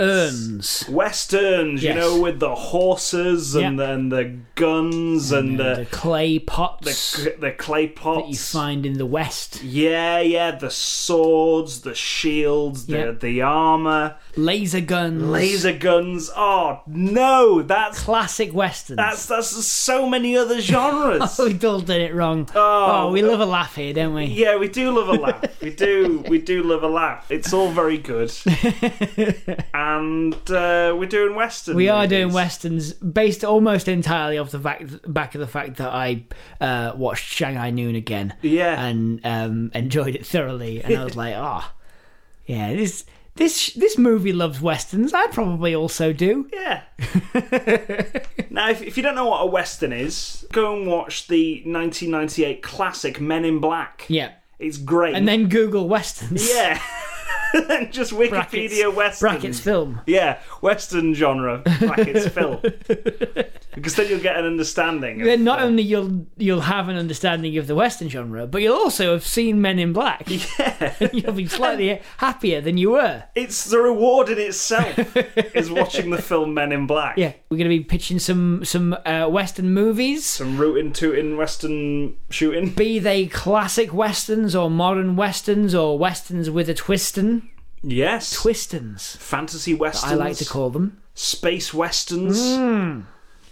Earns. Westerns, Yes. you know, with the horses and Yep. then the guns and, The the, clay pots the, the clay pots. that you find in the West. Yeah, yeah, the swords, the shields, the Yep. the armor, Laser guns. laser guns. Oh no, that's Classic Westerns. that's that's so many other genres. We've all done it wrong. Oh. we love a laugh here, don't we? yeah, we do love a laugh. We do, we do love a laugh. It's all very good, and uh, we're doing western. We are doing movies. westerns based almost entirely off the fact, back of the fact that I uh, watched Shanghai Noon again Yeah. and um, enjoyed it thoroughly, and I was like, ah, yeah, this this this movie loves westerns. I probably also do. Yeah. now, if, if you don't know what a western is, go and watch the 1998 classic Men in Black. Yeah, It's great. and then Google westerns. Yeah. And just Wikipedia Western. brackets film. Yeah, Western genre brackets film. Because then you'll get an understanding. of- Then not only you'll you'll have an understanding of the Western genre, but you'll also have seen Men in Black. Yeah, you'll be slightly happier than you were. It's the reward in itself is watching the film Men in Black. Yeah, we're going to be pitching some some uh, Western movies, Some rootin' tootin' Western shooting. be they classic westerns or modern westerns or westerns with a twistin. Yes. Twistins, Fantasy Westerns. I like to call Hmm. them. Space Westerns.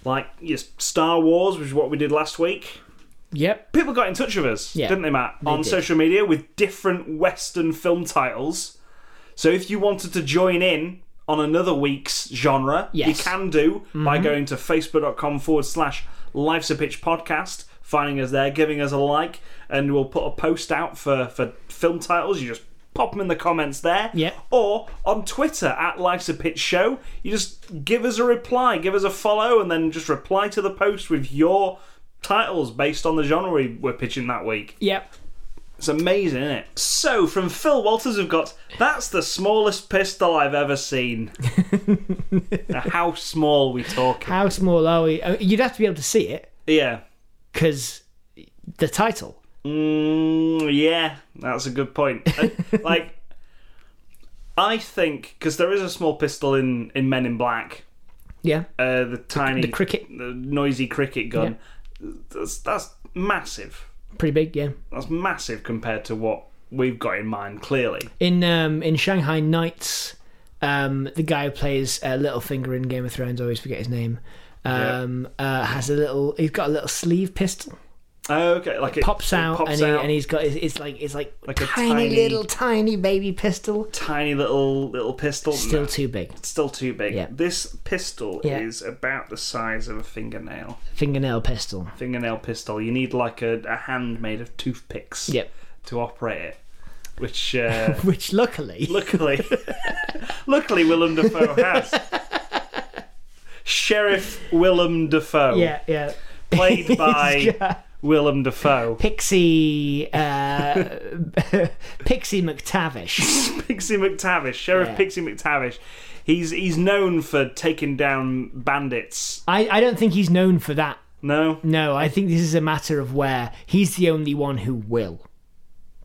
Like yes, Star Wars, which is what we did last week. Yep. people got in touch with us, Yeah, didn't they, Matt, on did. social media with different Western film titles. So if you wanted to join in on another week's genre, you Yes. can do by going to facebook.com forward slash Life's a Pitch podcast, finding us there, giving us a like, and we'll put a post out for, for film titles. You just pop them in the comments there. Yeah. Or on Twitter at Life's a Pitch Show, you just give us a reply, give us a follow, and then just reply to the post with your titles based on the genre we were pitching that week. Yep. It's amazing, isn't it? So from Phil Walters, we've got that's the smallest pistol I've ever seen. now, how small we talking? How small are we? Uh, You'd have to be able to see it Yeah. because the title. Mm, yeah, that's a good point. Uh, like, I think because there is a small pistol in in Men in Black, Yeah. uh, the tiny the cricket. the noisy cricket gun. That's that's massive. Pretty big, yeah. That's massive compared to what we've got in mind. Clearly, In um, in Shanghai Nights, um, the guy who plays uh, Littlefinger in Game of Thrones, I always forget his name, um, uh, has a little. He's got a little sleeve pistol, okay, like it pops it out, pops and, he, out. and he's got. It's, it's like it's like, Like a tiny, tiny- little tiny baby pistol. tiny little little pistol. Still No, too big. still too big. Yeah. This pistol Yeah. is about the size of a fingernail. Fingernail pistol. Fingernail pistol. You need like a, a hand made of toothpicks. Yep. To operate it, which uh, Which luckily, luckily, luckily Willem Dafoe has. Sheriff Willem Dafoe, yeah, yeah. played by Willem Dafoe. Pixie, uh, Pixie McTavish. Pixie McTavish, Sheriff Yeah. Pixie McTavish. He's he's known for taking down bandits. I, I don't think he's known for that. No, No, I think this is a matter of where he's the only one who will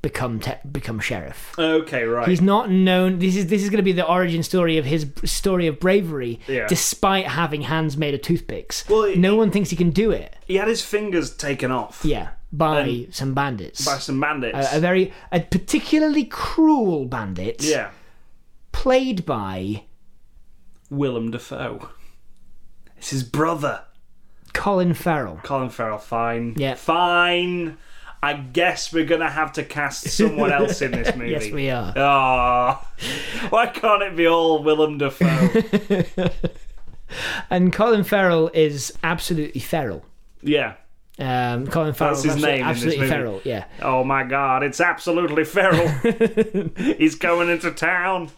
become te- become sheriff. okay, right. He's not known. This is this is going to be the origin story of his b- story of bravery, Yeah. despite having hands made of toothpicks. Well, it- no one thinks he can do it. he had his fingers taken off Yeah, by some bandits, by some bandits. a, a very a particularly cruel bandit, yeah, played by Willem Dafoe. It's his brother, Colin Farrell. Colin Farrell. Fine, Yeah. fine. I guess we're gonna have to cast someone else in this movie. Yes, we are. Ah, why can't it be all Willem Dafoe? And Colin Farrell is absolutely feral. yeah. Um, Colin Farrell That's is his absolutely, name in this absolutely movie. feral. Yeah. Oh my god, it's absolutely feral. He's going into town.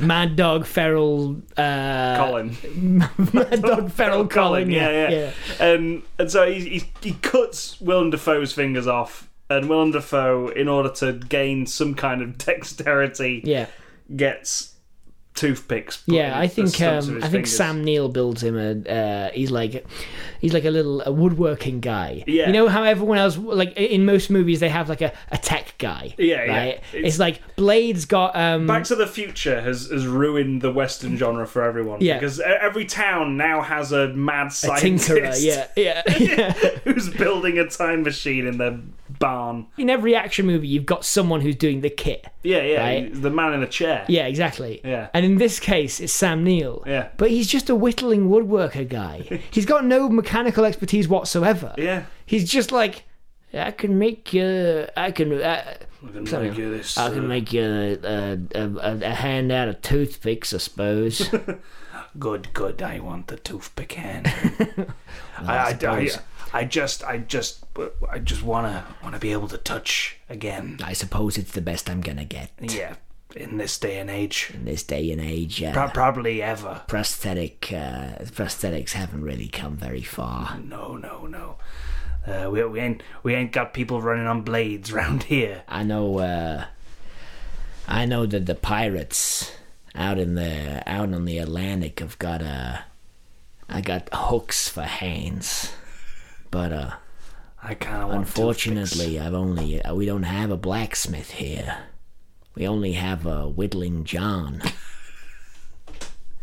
Mad Dog Feral uh, Colin. Mad Dog Feral Colin. Yeah, yeah. And Um, and so he, he he cuts Willem Dafoe's fingers off, and Willem Dafoe, in order to gain some kind of dexterity, Yeah, gets toothpicks. put in yeah. I the think stumps of his um, I think fingers. Sam Neill builds him a. Uh, he's like, he's like a little a woodworking guy. Yeah. You know how everyone else like in most movies they have like a, a tech guy. Yeah, yeah. Right. It's, It's- like Blade's got um. Back to the Future has, has ruined the Western genre for everyone. Yeah. Because e- every town now has a mad a scientist tinkerer, yeah, yeah, yeah. who's building a time machine in their barn. In every action movie, you've got someone who's doing the kit. Yeah, yeah. Right. The man in a chair. Yeah, exactly. Yeah. And in this case, it's Sam Neill. Yeah. But he's just a whittling woodworker guy. he's got no mechanical expertise whatsoever. Yeah. He's just like, I can make uh, I can, uh, I can Sorry. make you this, I uh, can make you uh, a, a, a hand out of toothpicks, I suppose. Good, good. I want the toothpick hand. I, I, I, suppose. I just, I just, I just wanna, wanna be able to touch again. I suppose it's the best I'm gonna get Yeah, in this day and age, in this day and age. Uh, Pro- probably ever. prosthetic uh, prosthetics haven't really come very far. No, no, no. Uh, we, we ain't, we ain't got people running on blades round here. I know. Uh, I know that the pirates out in the out on the Atlantic have got uh, I got hooks for hands, but uh, I kind of want. unfortunately, I've only uh, we don't have a blacksmith here. We only have a whittling John.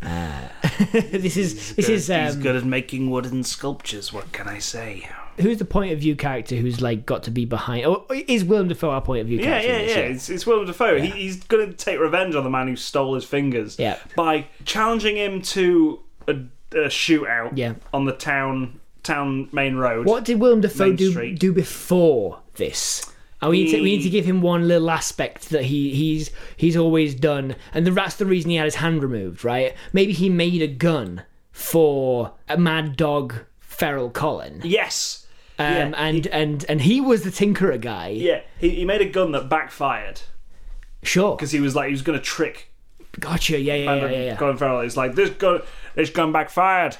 Uh, this is this toothpicks. is he's um, good at making wooden sculptures. What can I say? who's the point of view character who's like got to be behind or is Willem Dafoe our point of view Yeah, character? yeah, in yeah. this? It's, it's Willem Dafoe. He, he's going to take revenge on the man who stole his fingers Yeah. by challenging him to a, a shootout Yeah. on the town town main road. What did Willem Dafoe Main do, Street. do before this? And we, need to, we need to give him one little aspect that he, he's he's always done, and the, that's the reason he had his hand removed, right? Maybe he made a gun for a mad dog feral Colin, um, Yes. yeah, and and and he was the tinkerer guy. Yeah, he, he made a gun that backfired Sure, because he was like he was going to trick gotcha. Yeah, yeah, yeah, Colin yeah. yeah. Colin Farrell. He's like this gun, this gun backfired.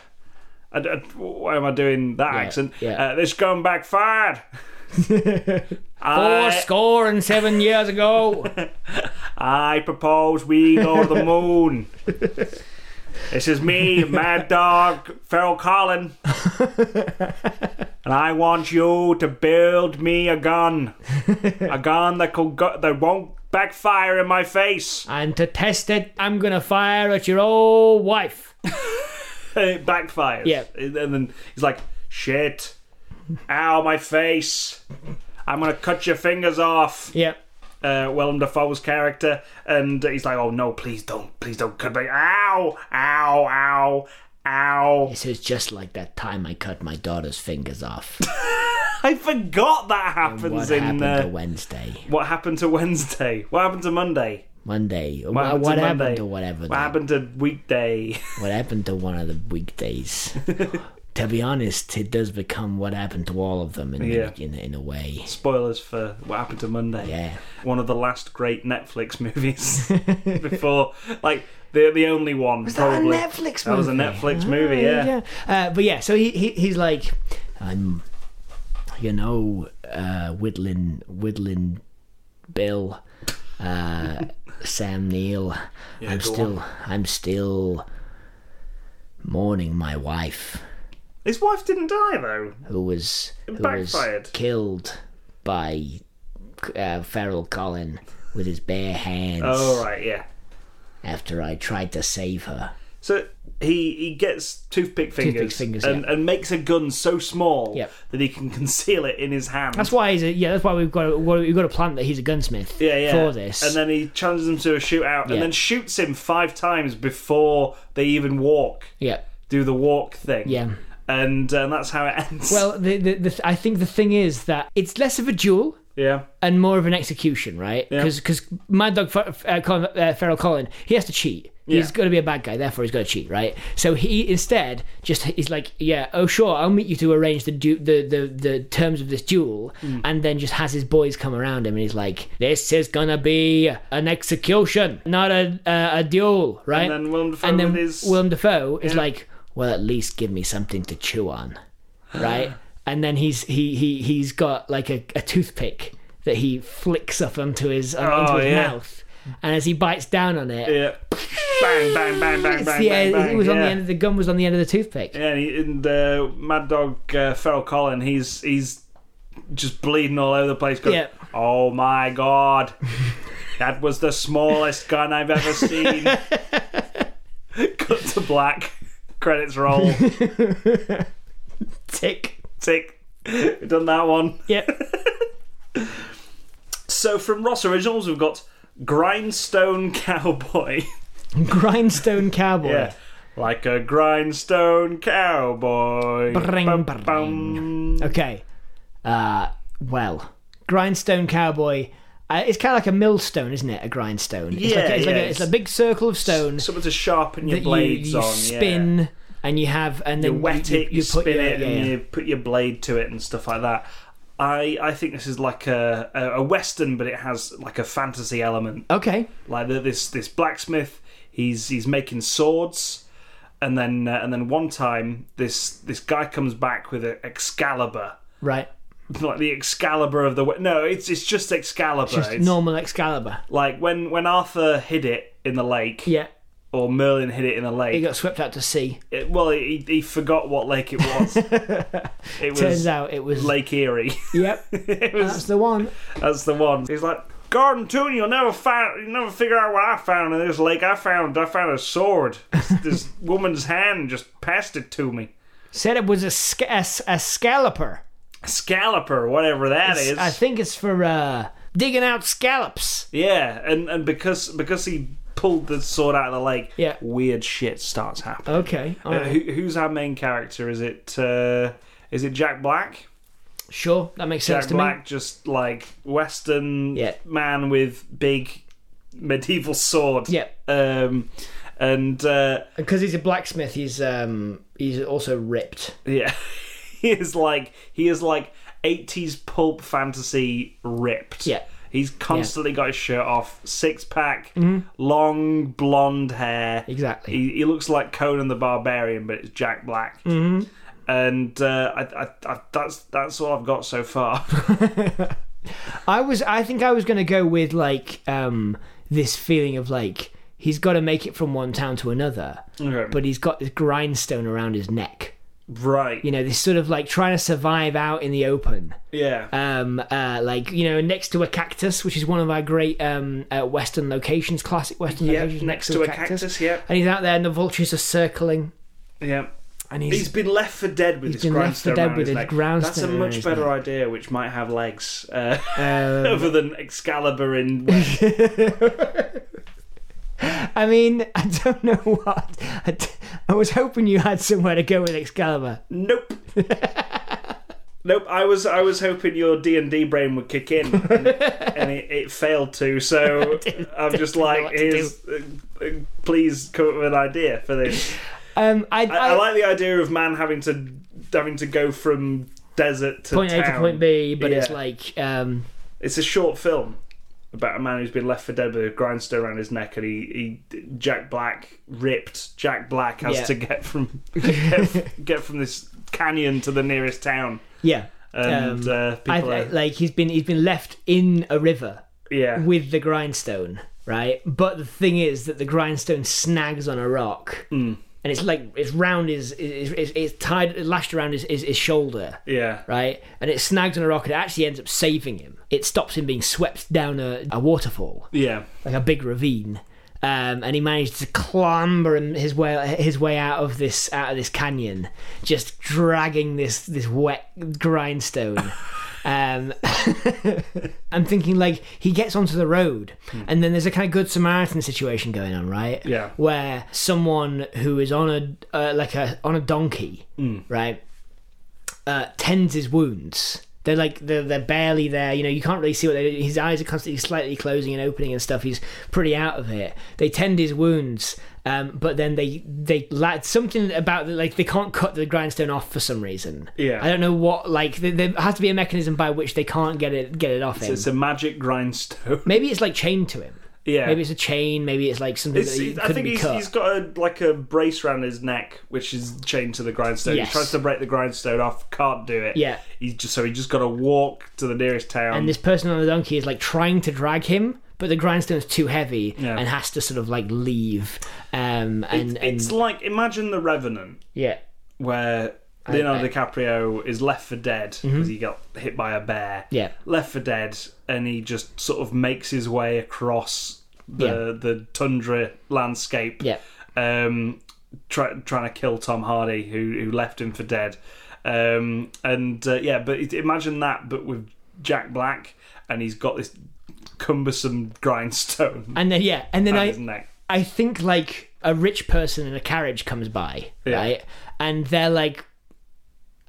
I, I, why am I doing that accent? yeah. Uh, this gun backfired. Four I, score and seven years ago. I propose we go to the moon. this is me, Mad Dog, Feral Colin. and I want you to build me a gun. A gun that, could go- that won't backfire in my face. and to test it, I'm gonna fire at your old wife. and it backfires. Yeah. And then- then he's like, shit. Ow, my face. I'm going to cut your fingers off. Yeah. Uh, Willem Dafoe's character. And he's like, oh, no, please don't. Please don't cut me. Ow, ow, ow, ow. This is just like that time I cut my daughter's fingers off. I forgot that What happens in happened to uh, Wednesday? what happened to Wednesday? What happened to Monday? Monday. What, What happened happened, Uh, what to happened Monday? to whatever? What the- happened to weekday? what happened to one of the weekdays? to be honest, it does become what happened to all of them in Yeah. in, in a way. Spoilers for what happened to Monday. Yeah. one of the last great Netflix movies before, like the the only one. Was probably. Netflix That was a Netflix movie. Yeah. Uh, but yeah, so he, he he's like, I'm, you know, uh, whittling whittling Bill, uh, Sam Neill. I'm go still I'm still mourning my wife His wife didn't die though. who was who was backfired. killed by uh, Feral Colin with his bare hands Oh right, yeah. after I tried to save her. So he he gets toothpick fingers, fingers, and, and makes a gun so small Yep. that he can conceal it in his hand. That's why he's a, yeah. That's why we've got to, we've got to plant that he's a gunsmith. yeah, yeah. For this, and then he challenges him to a shootout, Yeah. and then shoots him five times before they even walk, yeah, do the walk thing. yeah. and uh, that's how it ends. Well, the, the, the, I think the thing is that it's less of a duel yeah, and more of an execution, right? Because Mad Dog Fer- uh, Colin, uh, Feral Colin, he has to cheat. He's Yeah. got to be a bad guy, therefore he's got to cheat, right? So he instead just is like, yeah, oh sure, I'll meet you to arrange the du- the, the the terms of this duel, Mm. and then just has his boys come around him, and he's like, this is gonna be an execution, not a uh, a, a duel, right? then Willem Dafoe And then with his- Willem Dafoe is Yeah. like, well, at least give me something to chew on, right? and then he's he he he's got like a, a toothpick that he flicks up onto his onto Oh, his yeah. mouth, and as he bites down on it. Yeah. bang, bang, bang, bang, It's bang, the- bang, bang. it was yeah. on the end of the gun was on the end of the toothpick. Yeah, and, he, and uh, Mad Dog uh, Feral Colin, he's he's just bleeding all over the place. Going, Yeah. Oh my god, that was the smallest gun I've ever seen. Cut to black. Credits roll. Tick. Tick. Done that one. Yep. So from Ross Originals, we've got Grindstone Cowboy. Grindstone cowboy. Yeah. Like a grindstone cowboy. Bring, Bum, bring. bum. Okay. Uh, well, grindstone cowboy. Uh, it's kind of like a millstone, isn't it? A grindstone. It's Yeah, like a, it's like yeah, a, it's it's- a big circle of stone Something to sharpen your that you, blades you on. yeah. spin and you have and then you wet you, it, you, put spin your- it, yeah, and yeah. you put your blade to it and stuff like that. I I think this is like a a, a western, but it has like a fantasy element. Okay. Like the, this this blacksmith, he's he's making swords, and then uh, and then one time this this guy comes back with an Excalibur, Right. like the Excalibur of the we- no, it's it's just Excalibur. Just It's normal Excalibur. Like when when Arthur hid it in the lake, Yeah. or Merlin hid it in the lake. It got swept out to sea. it- well, he he forgot what lake it was. it was Turns out it was. Lake Erie. Yep. It That's was- the one. that's the one. He's like, Gordon Toon, you'll never find, you'll never figure out what I found in this lake. I found, I found a sword. This, this woman's hand just passed it to me. Said it was a, sca- a, s- a scalloper. Scalloper, whatever that is. I think it's for uh, digging out scallops. yeah, and and because because he pulled the sword out of the lake, Yeah. weird shit starts happening. Okay. All Uh, right. who, who's our main character? Is it uh, is it Jack Black? Sure, that makes sense Jack to Black, me. just like Western Yeah. man with big medieval sword. Yeah. Um, and uh, Because he's a blacksmith, he's um he's also ripped. yeah, he is like he is like eighties pulp fantasy ripped. Yeah. Mm-hmm. He's constantly got his shirt off, six pack, long blonde hair. Exactly. He, he looks like Conan the Barbarian, but it's Jack Black. Mm-hmm. And uh, I, I, I, that's that's all I've got so far. I was I think I was gonna go with like um this feeling of like he's got to make it from one town to another, Okay. but he's got this grindstone around his neck. right? You know, this sort of like trying to survive out in the open. yeah. um, uh, like you know, next to a cactus, which is one of our great um, uh, Western locations, classic Western Yeah, locations. next to a cactus, yeah. And he's out there, and the vultures are circling, yeah. and He's he's, been left for dead with his been left grindstone for dead around his with his neck. grindstone That's a around much his better idea, which might have legs, uh, um, other than Excalibur in. West. I mean, I don't know what. I, d- I was hoping you had somewhere to go with Excalibur. nope. nope. I was I was hoping your D and D brain would kick in, and it, and it, it failed to. So I'm just like, what to here's, uh, uh, please come up with an idea for this. Um, I, I, I like the idea of man having to having to go from desert to point A to town. point B, but it's Yeah. like um, It's a short film about a man who's been left for dead with a grindstone around his neck, and he, he Jack Black ripped Jack Black has Yeah. to get from get, get from this canyon to the nearest town, yeah. and Um, uh, I, people I- are, like he's been he's been left in a river yeah with the grindstone, right? But the thing is that the grindstone snags on a rock, and it's like it's round is it's, it's tied lashed around his, his, his shoulder, yeah right? And it snags on a rock, and it actually ends up saving him. It stops him being swept down a, a waterfall, yeah like a big ravine. Um, and he managed to clamber him- his way his way out of this out of this canyon, just dragging this this wet grindstone. um, I'm thinking like he gets onto the road, and then there's a kind of good Samaritan situation going on, right? Yeah. where someone who is on a uh, like a on a donkey, right, uh, tends his wounds They're like they're, they're barely there. You know, you can't really see what they. His eyes are constantly slightly closing and opening and stuff. He's pretty out of it. They tend his wounds, um, but then they they lack something about the, like they can't cut the grindstone off for some reason. Yeah. I don't know what like there, there has to be a mechanism by which they can't get it get it off him. It's a magic grindstone. Maybe it's like chained to him. yeah. Maybe it's a chain. Maybe it's like something It's- that he I couldn't think be he's, cut. he's got a, like a brace around his neck, which is chained to the grindstone. Yes. He tries to break the grindstone off, can't do it. Yeah. He's just so he just got to walk to the nearest town. and this person on the donkey is like trying to drag him, but the grindstone's too heavy Yeah. and has to sort of like leave. Um, and and it's like imagine the Revenant, yeah, where Leonardo I- Mm-hmm. DiCaprio is left for dead because he got hit by a bear. Yeah. left for dead, and he just sort of makes his way across the the tundra landscape. Yeah. um, try, trying to kill Tom Hardy, who who left him for dead. Um, and uh, yeah, but it, imagine that, but with Jack Black, and he's got this cumbersome grindstone and then yeah, and then on I his neck. I think like a rich person in a carriage comes by, Yeah. right? And they're like,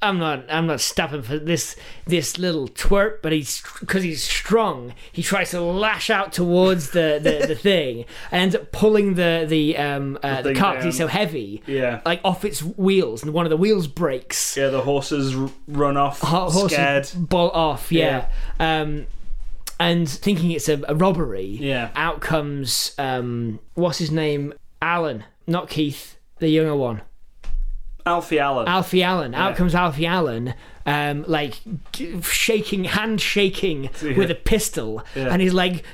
"I'm not, I'm not stopping for this this little twerp," but he's because he's strong, he tries to lash out towards the the, the thing and ends up pulling the the um uh, the thing cart 'cause he's down. so heavy, Yeah. like off its wheels, and one of the wheels breaks. Yeah, the horses r- run off Ho- horse scared. bolt off, yeah. Um, and thinking it's a, a robbery, Yeah. out comes um, what's his name? Alan, not Keith, the younger one. Alfie Allen. Alfie Allen. Out comes Alfie Allen, um, like g- shaking, hand shaking with a pistol, and he's like,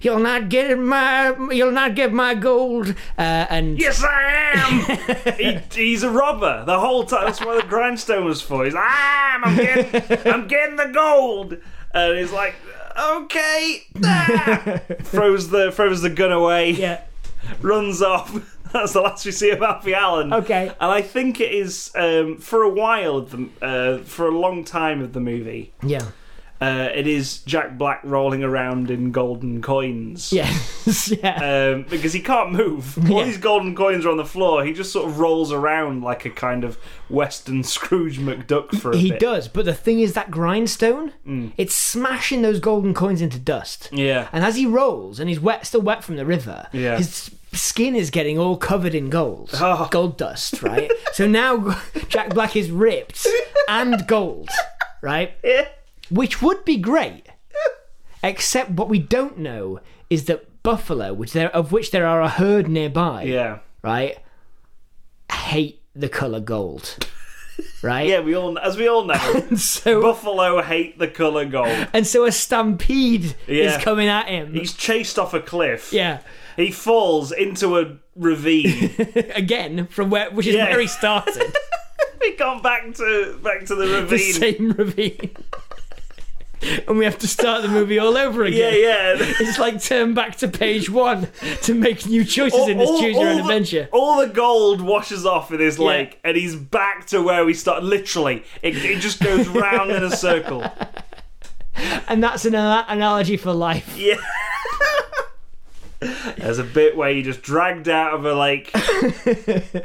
"You'll not get my, you'll not get my gold." Uh, and Yes, I am. he, he's a robber the whole time. That's what the grindstone was for. He's like, I'm, I'm getting, I'm getting the gold, and he's like, okay, ah! throws the throws the gun away, yeah, runs off. That's the last we see of Alfie Allen. Okay. and I think it is um, for a while, of the, uh, for a long time of the movie. yeah, Uh, it is Jack Black rolling around in golden coins. yes, yeah. um, because he can't move. All Yeah. these golden coins are on the floor. He just sort of rolls around like a kind of Western Scrooge McDuck for a He bit. Mm. does, but the thing is that grindstone, it's smashing those golden coins into dust. Yeah. And as he rolls, and he's wet, still wet from the river, Yeah. his skin is getting all covered in gold, Oh. gold dust, right? so now Jack Black is ripped and gold, right? Which would be great, except what we don't know is that buffalo, which there of which there are a herd nearby, yeah. right, hate the color gold, right? Yeah, we all as we all know, So buffalo hate the color gold. and so a stampede Yeah. is coming at him. He's chased off a cliff. yeah, He falls into a ravine. again from where, which is Yeah. where he started, we come back to back to the ravine. the same ravine, and we have to start the movie all over yeah, again. yeah. It's like turn back to page one to make new choices in this choose your own the, adventure. all the gold washes off in this lake, and he's back to where we started. Literally, it, it just goes round in a circle. And that's an ana- analogy for life. Yeah. There's a bit where you just dragged out of a lake,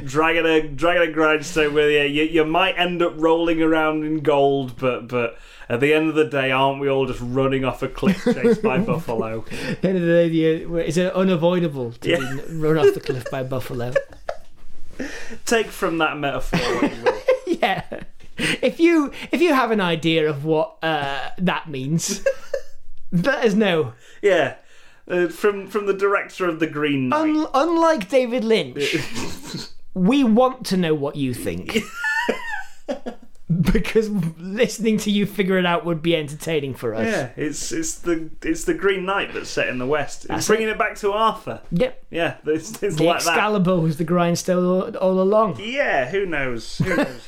dragging a dragging a grindstone with you. you. You might end up rolling around in gold, but but at the end of the day, aren't we all just running off a cliff chased by buffalo? At the end of the day, the, uh, it's uh, unavoidable to Yeah. be n- run off the cliff by buffalo. Take from that metaphor what you will. yeah. If you if you have an idea of what uh, that means, let us know. Yeah, uh, from from the director of the Green Knight. Un- unlike David Lynch, we want to know what you think. because listening to you figure it out would be entertaining for us. yeah, it's it's the it's the Green Knight that's set in the West. It's That's bringing it back to Arthur. Yep. Yeah, it's, it's The like that. Excalibur was the grindstone all, all along. Yeah, who knows? Who knows?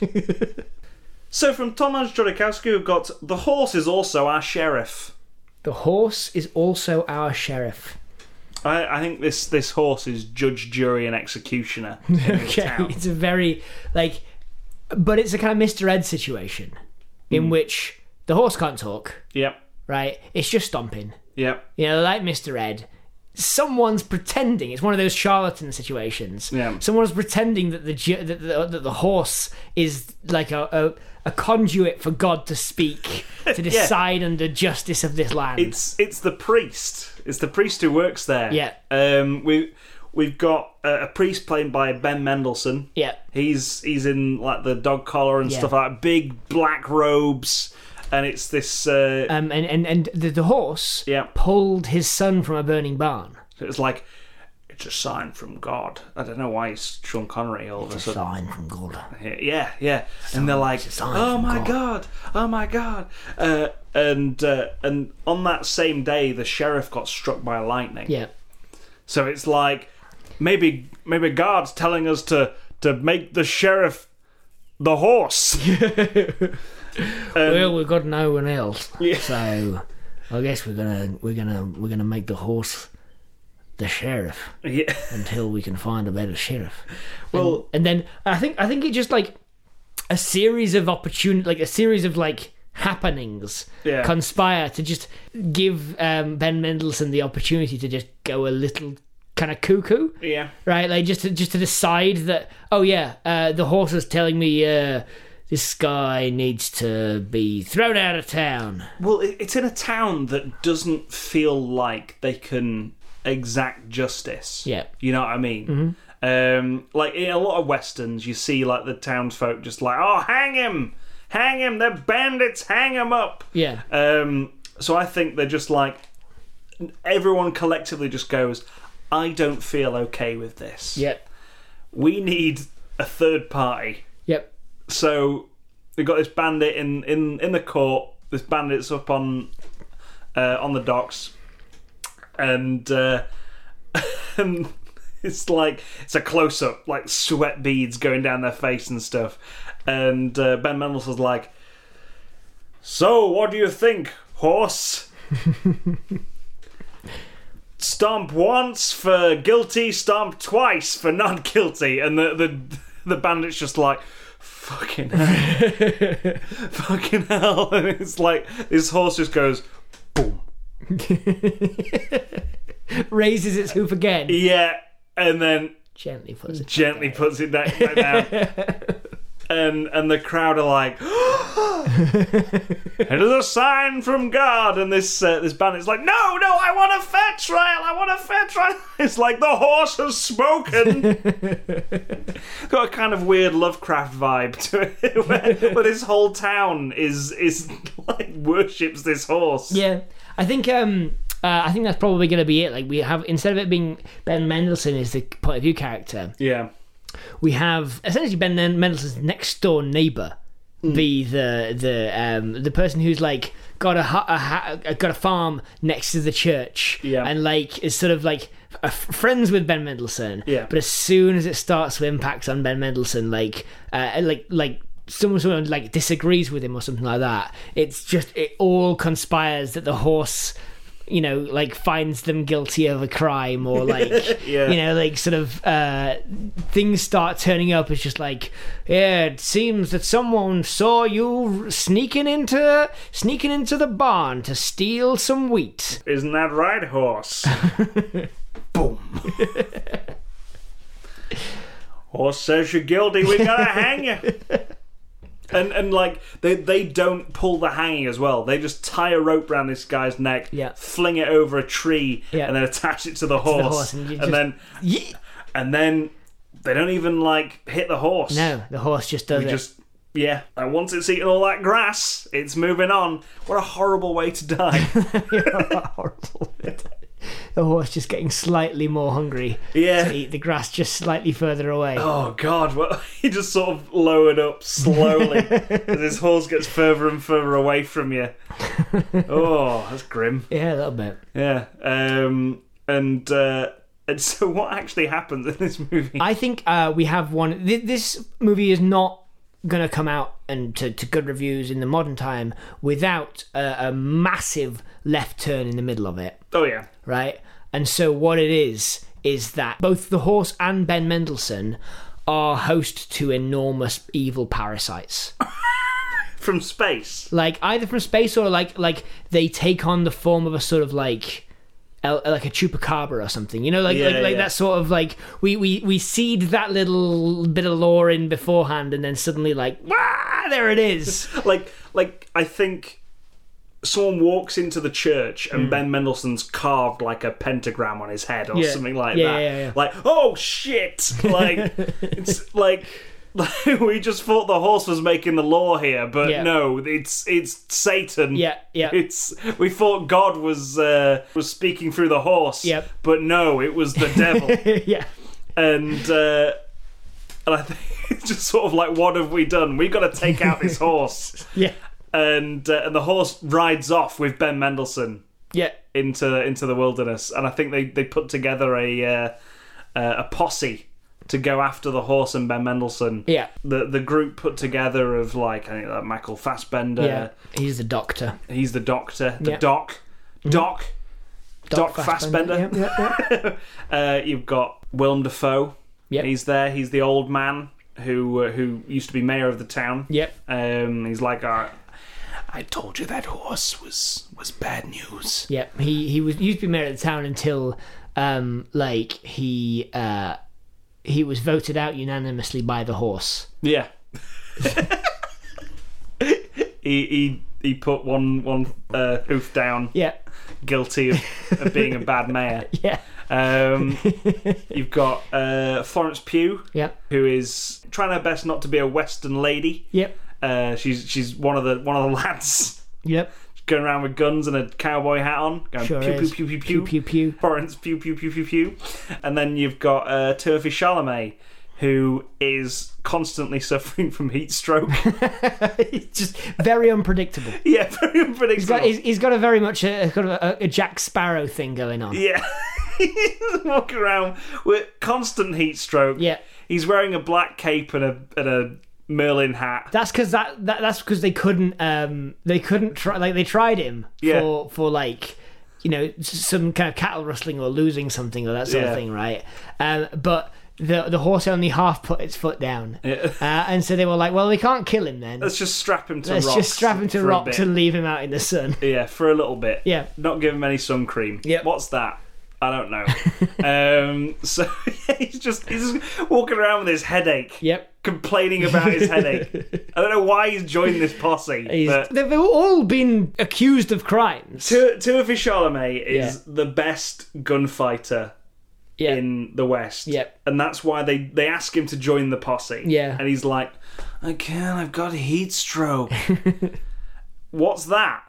so from Tomasz Jodorowsky, we've got the horse is also our sheriff. The horse is also our sheriff. I, I think this this horse is judge, jury, and executioner. in this Okay, town. it's a very like, but it's a kind of Mr. Ed situation Hmm. in which the horse can't talk, Yep. right? It's just stomping. Yep. You know, like Mr. Ed, someone's pretending. It's one of those charlatan situations. Yeah. Someone's pretending that the ju- that the, that the horse is like a, a a conduit for God to speak to decide on the justice of this land. It's it's the priest. It's the priest who works there. Yeah. Um, we we've got a, a priest played by Ben Mendelsohn. Yeah. He's he's in like the dog collar and Yeah. stuff like that. big black robes, and it's this. Uh, um, and and and the, the horse Yeah. pulled his son from a burning barn. it's like it's a sign from God. I don't know why he's Sean Connery all of a sudden. Sign from God. Yeah, yeah. And they're like, sign "Oh from my God." god. Oh my god!" Uh, and uh, and on that same day, the sheriff got struck by lightning. Yeah. So it's like maybe maybe God's telling us to to make the sheriff the horse. Um, well, we've got no one else, so I guess we're gonna we're gonna we're gonna make the horse the sheriff yeah. until we can find a better sheriff. Well, and then I think I think it just like a series of opportun like a series of like happenings Yeah. conspire to just give um, Ben Mendelsohn the opportunity to just go a little kind of cuckoo yeah. right? Like just to, just to decide that oh yeah, uh, the horse is telling me uh, this guy needs to be thrown out of town. Well, it- it's in a town that doesn't feel like they can exact justice. Yeah. You know what I mean? Um, like in a lot of westerns, you see like the townsfolk just like, "Oh, hang him, hang him! They're bandits. Hang him up." Yeah, Um, so I think they're just like everyone collectively just goes, I don't feel okay with this. yep, We need a third party. yep, So we got this bandit in in in the court. This bandit's up on uh, on the docks, and uh, and it's like it's a close up, like sweat beads going down their face and stuff. And uh, Ben Mendelsohn's like, "So what do you think, horse?" Stomp once for guilty, stomp twice for not guilty, and the the the bandit's just like, fucking hell. fucking hell. And it's like this horse just goes, boom. raises its hoof again Yeah. And then gently, puts it. gently puts it back, back down. and and the crowd are like, it is a sign from God. And this uh, this bandit's like, no, no, I want a fair trial. I want a fair trial. It's like the horse has spoken. Got a kind of weird Lovecraft vibe to it, where, where this whole town is is like worships this horse. Yeah, I think um, uh, I think that's probably going to be it. Like we have instead of it being Ben Mendelsohn is the point of view character, Yeah. we have essentially Ben Mendelsohn's next door neighbor Hmm. be the the um, the person who's like got a, hu- a ha- got a farm next to the church Yeah. and like is sort of like a f- friends with Ben Mendelsohn. Yeah. But as soon as it starts to impact on Ben Mendelsohn, like uh, like like. Someone, someone like disagrees with him or something like that. It's just it all conspires that the horse, you know, like finds them guilty of a crime or like Yeah. you know, like sort of uh, things start turning up. It's just like, yeah, it seems that someone saw you sneaking into sneaking into the barn to steal some wheat. Isn't that right, horse? Boom. horse says you're guilty. We gotta hang you. And and like they they don't pull the hanging as well. They just tie a rope around this guy's neck, Yeah. fling it over a tree, Yeah. and then attach it to the horse. horse, and you just- then and then they don't even like hit the horse. No, the horse just does They it. just yeah. And once it's eaten all that grass, it's moving on. What a horrible way to die. horrible. the horse just getting slightly more hungry. Yeah. to eat the grass just slightly further away. Oh God! Well, he just sort of lowered up slowly as his horse gets further and further away from you. Oh, that's grim. Yeah, a little bit. Yeah. Um. And uh, and so, what actually happens in this movie? I think uh, we have one. Th- this movie is not going to come out and to, to good reviews in the modern time without a, a massive left turn in the middle of it, oh yeah. right? And so what it is is that both the horse and Ben Mendelsohn are host to enormous evil parasites From space. like either from space or like like they take on the form of a sort of like el- like a chupacabra or something. You know, like Yeah, like, like yeah. that sort of like we, we we seed that little bit of lore in beforehand, and then suddenly like, ah, there it is. like like I think someone walks into the church Hmm. and Ben Mendelsohn's carved like a pentagram on his head or Yeah. something like Yeah, that. yeah, yeah. Like oh shit! Like it's like. we just thought the horse was making the law here, but Yeah. no, it's it's Satan. Yeah, yeah. It's we thought God was uh, was speaking through the horse. Yep. But no, it was the devil yeah. and uh, and I think it's just sort of like, what have we done? We've got to take out this horse, Yeah. and uh, and the horse rides off with Ben Mendelsohn Yeah. into into the wilderness, and I think they they put together a uh, uh, a posse to go after the horse and Ben Mendelsohn. Yeah. The, the group put together of like I think like Michael Fassbender, Yeah. He's the doctor. he's the doctor, the Yeah. Mm-hmm. doc, doc, doc, Fassbender. Yeah, yeah, yeah. Uh, you've got Willem Dafoe. Yep. He's there. He's the old man who uh, who used to be mayor of the town. Yep. Um, he's like, uh, I told you that horse was was bad news. Yeah, he he was he used to be mayor of the town until um like he uh he was voted out unanimously by the horse. Yeah. he he he put one one uh, hoof down, Yeah, guilty of, of being a bad mayor. yeah, Um, you've got uh, Florence Pugh, yeah, who is trying her best not to be a Western lady. yep, Uh, she's she's one of the one of the lads. yep. going around with guns and a cowboy hat on, going Sure pew, is. pew pew pew pew Pew pew pew. Florence pew pew pew pew pew, and then you've got uh, Turvy Chalamet, who is constantly suffering from heat stroke. It's just very unpredictable. yeah, very He's got, unpredictable. he's, he's got a very much a, kind of a, a Jack Sparrow thing going on. yeah, he's walking around with constant heat stroke. Yeah. he's wearing a black cape and a and a Merlin hat. That's because that, that that's because they couldn't um they couldn't try like they tried him Yeah. for for like you know s- some kind of cattle rustling or losing something or that sort Yeah. of thing right um but the the horse only half put its foot down uh, and so they were like well we can't kill him then Let's just strap him to let's rocks. just strap him to for a rocks bit. and leave him out in the sun Yeah, for a little bit. Yeah. Not give him any sun cream. Yep. What's that? I don't know. um, so he's just he's just walking around with his headache. yep Complaining about his headache. I don't know why he's joined this posse. He's- but they've all been accused of crimes Tu- Timothy Chalamet is Yeah. the best gunfighter yeah in the West. Yep. And that's why they, they ask him to join the posse. Yeah. And he's like, I can't, I've got a heat stroke. What's that?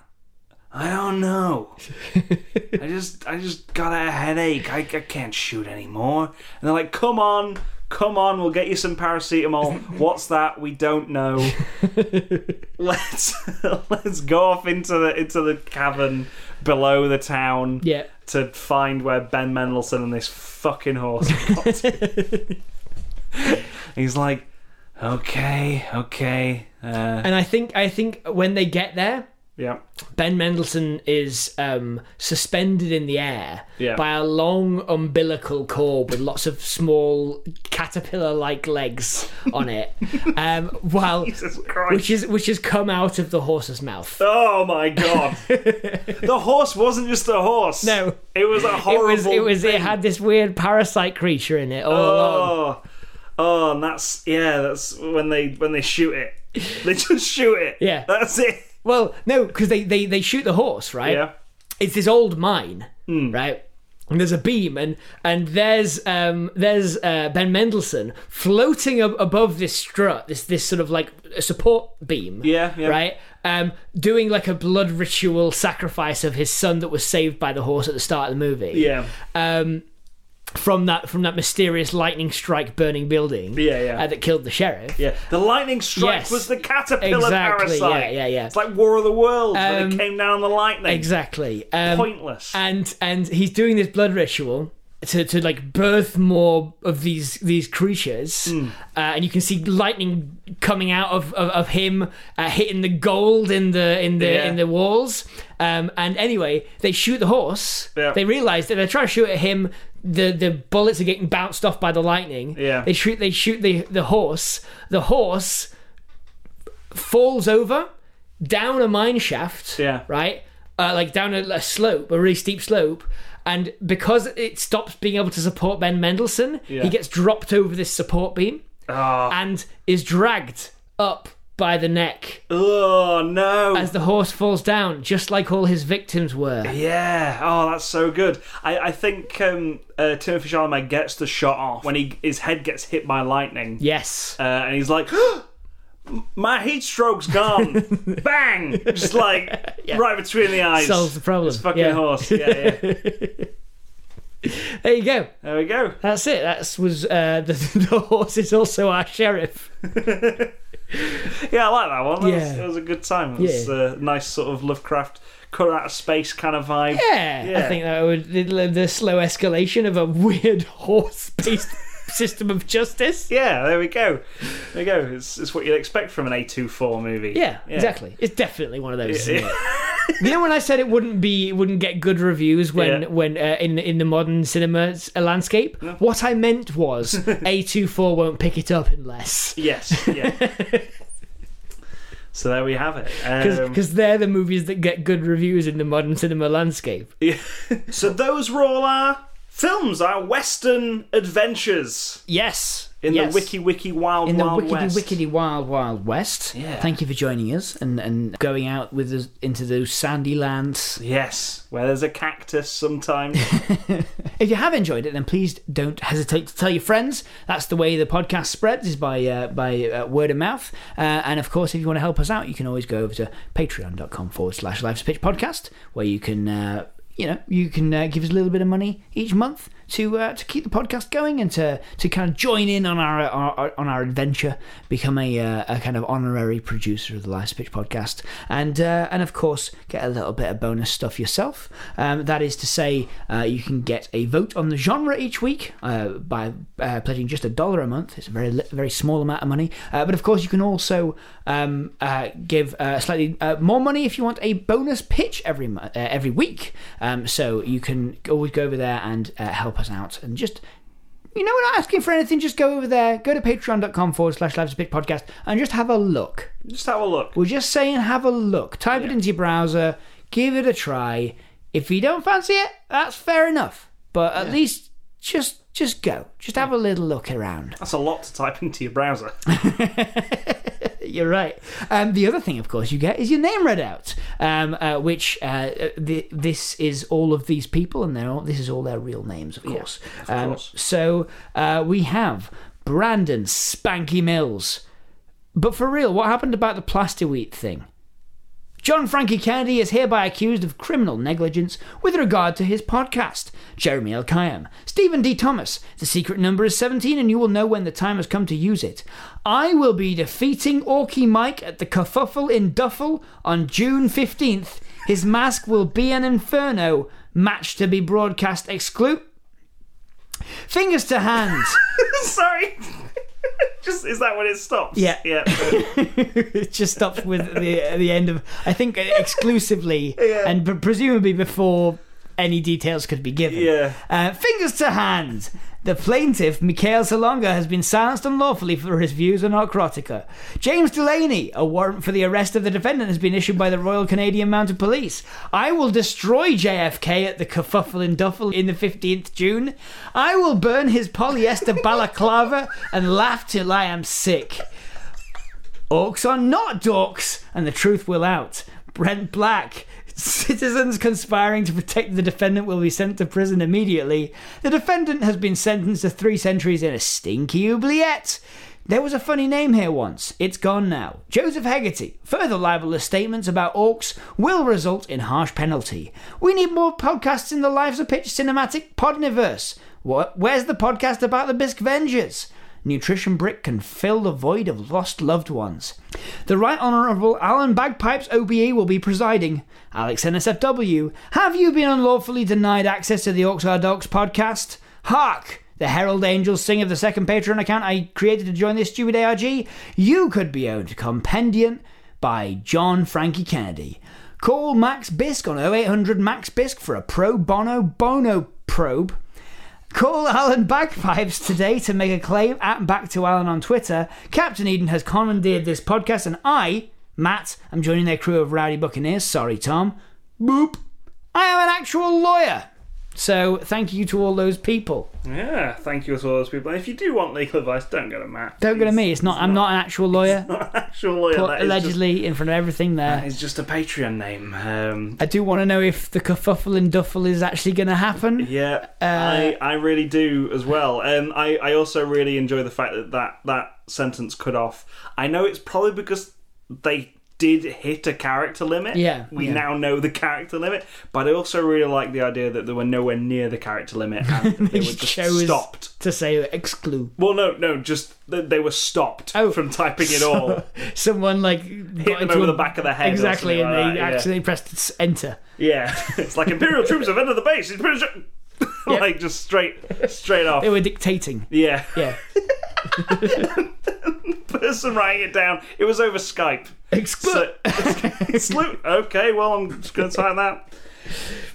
I don't know. I just I just got a headache. I, I can't shoot anymore. And they're like, come on, come on, we'll get you some paracetamol. What's that? We don't know. let's let's go off into the into the cavern below the town yeah to find where Ben Mendelsohn and this fucking horse got to. He's like, okay, okay, uh, and I think I think when they get there yeah, Ben Mendelsohn is um, suspended in the air Yeah. by a long umbilical cord with lots of small caterpillar-like legs on it, um, while Jesus Christ. which is which has come out of the horse's mouth. Oh my god! the horse wasn't just a horse. No. it was a It horrible. was it was thing. it had this weird parasite creature in it all along. Oh, oh, and that's yeah. That's when they when they shoot it. They just shoot it. Yeah. that's it. Well, no, because they, they they shoot the horse right. Yeah, it's this old mine, Hmm. right? And there's a beam, and and there's um, there's uh, Ben Mendelsohn floating ab- above this strut, this this sort of like a support beam, Yeah, yeah. right? Um, doing like a blood ritual sacrifice of his son that was saved by the horse at the start of the movie, yeah, Um, from that from that mysterious lightning strike burning building, Yeah, yeah. uh, that killed the sheriff, yeah. The lightning strike Yes. was the caterpillar Exactly, yeah, parasite. yeah, yeah. It's like War of the Worlds when it Um, came down the lightning. exactly. Um, Pointless. and and he's doing this blood ritual to, to like birth more of these these creatures Mm. uh, and you can see lightning coming out of, of, of him uh, hitting the gold in the in the Yeah. in the walls um, and anyway they shoot the horse Yeah. they realize that they're trying to shoot at him the the bullets are getting bounced off by the lightning Yeah. they shoot they shoot the the horse the horse falls over down a mine shaft Yeah. right? Uh, like down a, a slope, a really steep slope, And because it stops being able to support Ben Mendelsohn, Yeah. he gets dropped over this support beam Oh, and is dragged up by the neck oh no. as the horse falls down, just like all his victims were. Yeah. Oh, that's so good. I, I think um, uh, Timothy Chalamet gets the shot off when he his head gets hit by lightning, Yes. uh, and he's like. My heat stroke's gone. Bang! Just like right between the eyes. Solves the problem. It's fucking Yeah. horse. Yeah, yeah. There you go. There we go. That's it. That's was uh, the, the horse is also our sheriff. Yeah, I like that one. That, was, Yeah. that was a good time. It was Yeah. a nice sort of Lovecraft cut out of space kind of vibe. Yeah, Yeah. I think that would the, the slow escalation of a weird horse-based system of justice. Yeah, there we go. There we go. It's, it's what you'd expect from an A24 movie. Yeah, exactly. It's definitely one of those. isn't Yeah. it? You know when I said it wouldn't be, it wouldn't get good reviews when Yeah. when uh, in in the modern cinema s- uh, landscape. What I meant was A24 won't pick it up unless Yes, yeah. so there we have it. Um, because they're the movies that get good reviews in the modern cinema landscape. yeah. so those were all our films, our Western adventures Yes, in yes. the Wiki Wiki Wild in the Wild wickedy West. wickedy wild wild west. Yeah. Thank you for joining us and, and going out with us into those sandy lands. Yes, where there's a cactus sometimes. If you have enjoyed it, then please don't hesitate to tell your friends. That's the way the podcast spreads is by uh, by uh, word of mouth. Uh, and of course, if you want to help us out, you can always go over to patreon.com forward slash Life's Pitch podcast, where you can uh, you know you can uh, give us a little bit of money each month to uh, to keep the podcast going and to to kind of join in on our, our, our- on our adventure, become a, uh, a kind of honorary producer of the Life's Pitch podcast, and uh, and of course get a little bit of bonus stuff yourself. Um, that is to say, uh, you can get a vote on the genre each week uh, by uh, pledging just a dollar a month. It's a very li- very small amount of money, uh, but of course you can also um, uh, give uh, slightly uh, more money if you want a bonus pitch every mo- uh, every week. Um, so you can always go over there and uh, help us out and just you know, we're not asking for anything. Just go over there, go to patreon.com forward slash lives a bit podcast, and just have a look. Just have a look. We're just saying, have a look. Type it into your browser, give it a try. If you don't fancy it, that's fair enough. But at least just just go, just have a little look around. That's a lot to type into your browser. You're right. Um, the other thing, of course, you get is your name read out, um, uh, which uh, th- this is all of these people, and they're all, this is all their real names, of course. um, course. So uh, we have Brandon Spanky Mills. But for real, what happened about the plastiweet thing? John Frankie Kennedy is hereby accused of criminal negligence with regard to his podcast. Jeremy L. Kayam, Stephen D. Thomas, the secret number is 17 and you will know when the time has come to use it. I will be defeating Orky Mike at the kerfuffle in Duffel on June 15th. His mask will be an inferno, match to be broadcast exclu. Fingers to hand. Sorry. Just is that when it stops? Yeah. Yeah. it just stops with the the end of I think exclusively and pre- presumably before any details could be given. Yeah. Uh, fingers to hand. The plaintiff, Mikhail Salonga, has been silenced unlawfully for his views on Narcotica. James Delaney, a warrant for the arrest of the defendant has been issued by the Royal Canadian Mounted Police. I will destroy JFK at the kerfuffle in Duffel in the 15th June. I will burn his polyester balaclava and laugh till I am sick. Orcs are not dorks, and the truth will out. Brent Black. Citizens conspiring to protect the defendant will be sent to prison immediately. The defendant has been sentenced to three centuries in a stinky oubliette. There was a funny name here once. It's gone now. Joseph Hegarty. Further libelous statements about orcs will result in harsh penalty. We need more podcasts in the Lives of Pitch cinematic podniverse. What? Where's the podcast about the Bisque Vengers? Nutrition Brick can fill the void of lost loved ones. The Right Honourable Alan Bagpipes OBE will be presiding. Alex NSFW, have you been unlawfully denied access to the Orcs Are Dogs podcast? Hark! The Herald Angels sing of the second Patreon account I created to join this stupid ARG. You could be owned compendium by John Frankie Kennedy. Call Max Bisk on 0800 Max Bisk for a pro bono bono probe. Call Alan Bagpipes today to make a claim at Back to Alan on Twitter. Captain Eden has commandeered this podcast, and I, Matt, am joining their crew of rowdy buccaneers. Sorry, Tom. Boop. I am an actual lawyer. So thank you to all those people. Yeah, thank you to all those people. And if you do want legal advice, don't go to Matt. Don't go to He's me. It's not. I'm not an actual lawyer. Not an actual lawyer. Put that is just- allegedly in front of everything there. It's just a Patreon name. Um, I do want to know if the kerfuffle and duffle is actually going to happen. yeah, Uh, I, I really do as well. Um, I, I also really enjoy the fact that, that that sentence cut off. I know it's probably because they did hit a character limit. Yeah, We yeah. now know the character limit, but I also really like the idea that they were nowhere near the character limit and they were just just chose- stopped. to say exclude. Well, no, no, just that they were stopped Oh. from typing it all. Someone like Hit got them into over the a- back of the head. or exactly, something and like they that, yeah. accidentally pressed s- enter. Yeah, it's like Imperial troops have entered the base. It's British... like just straight, straight off. They were dictating. Yeah, Yeah, person writing it down. It was over Skype. exclude. So- Sloot. Okay, well I'm just going to sign that.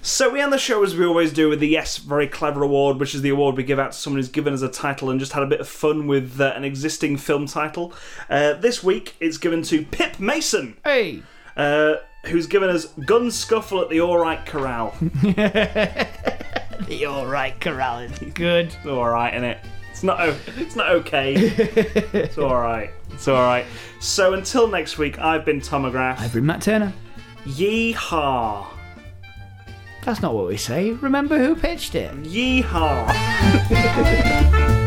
So we end the show as we always do with the Yes Very Clever Award, which is the award we give out to someone who's given us a title and just had a bit of fun with uh, an existing film title. Uh, this week it's given to Pip Mason. hey, uh, who's given us Gun Scuffle at the Alright Corral. the all right corral is good. It's alright, innit? It's not, o- it's not okay. It's alright. It's alright. So until next week, I've been Tom McGrath. I've been Matt Turner. Yeehaw. That's not what we say. Remember who pitched it. Yeehaw. Thank you.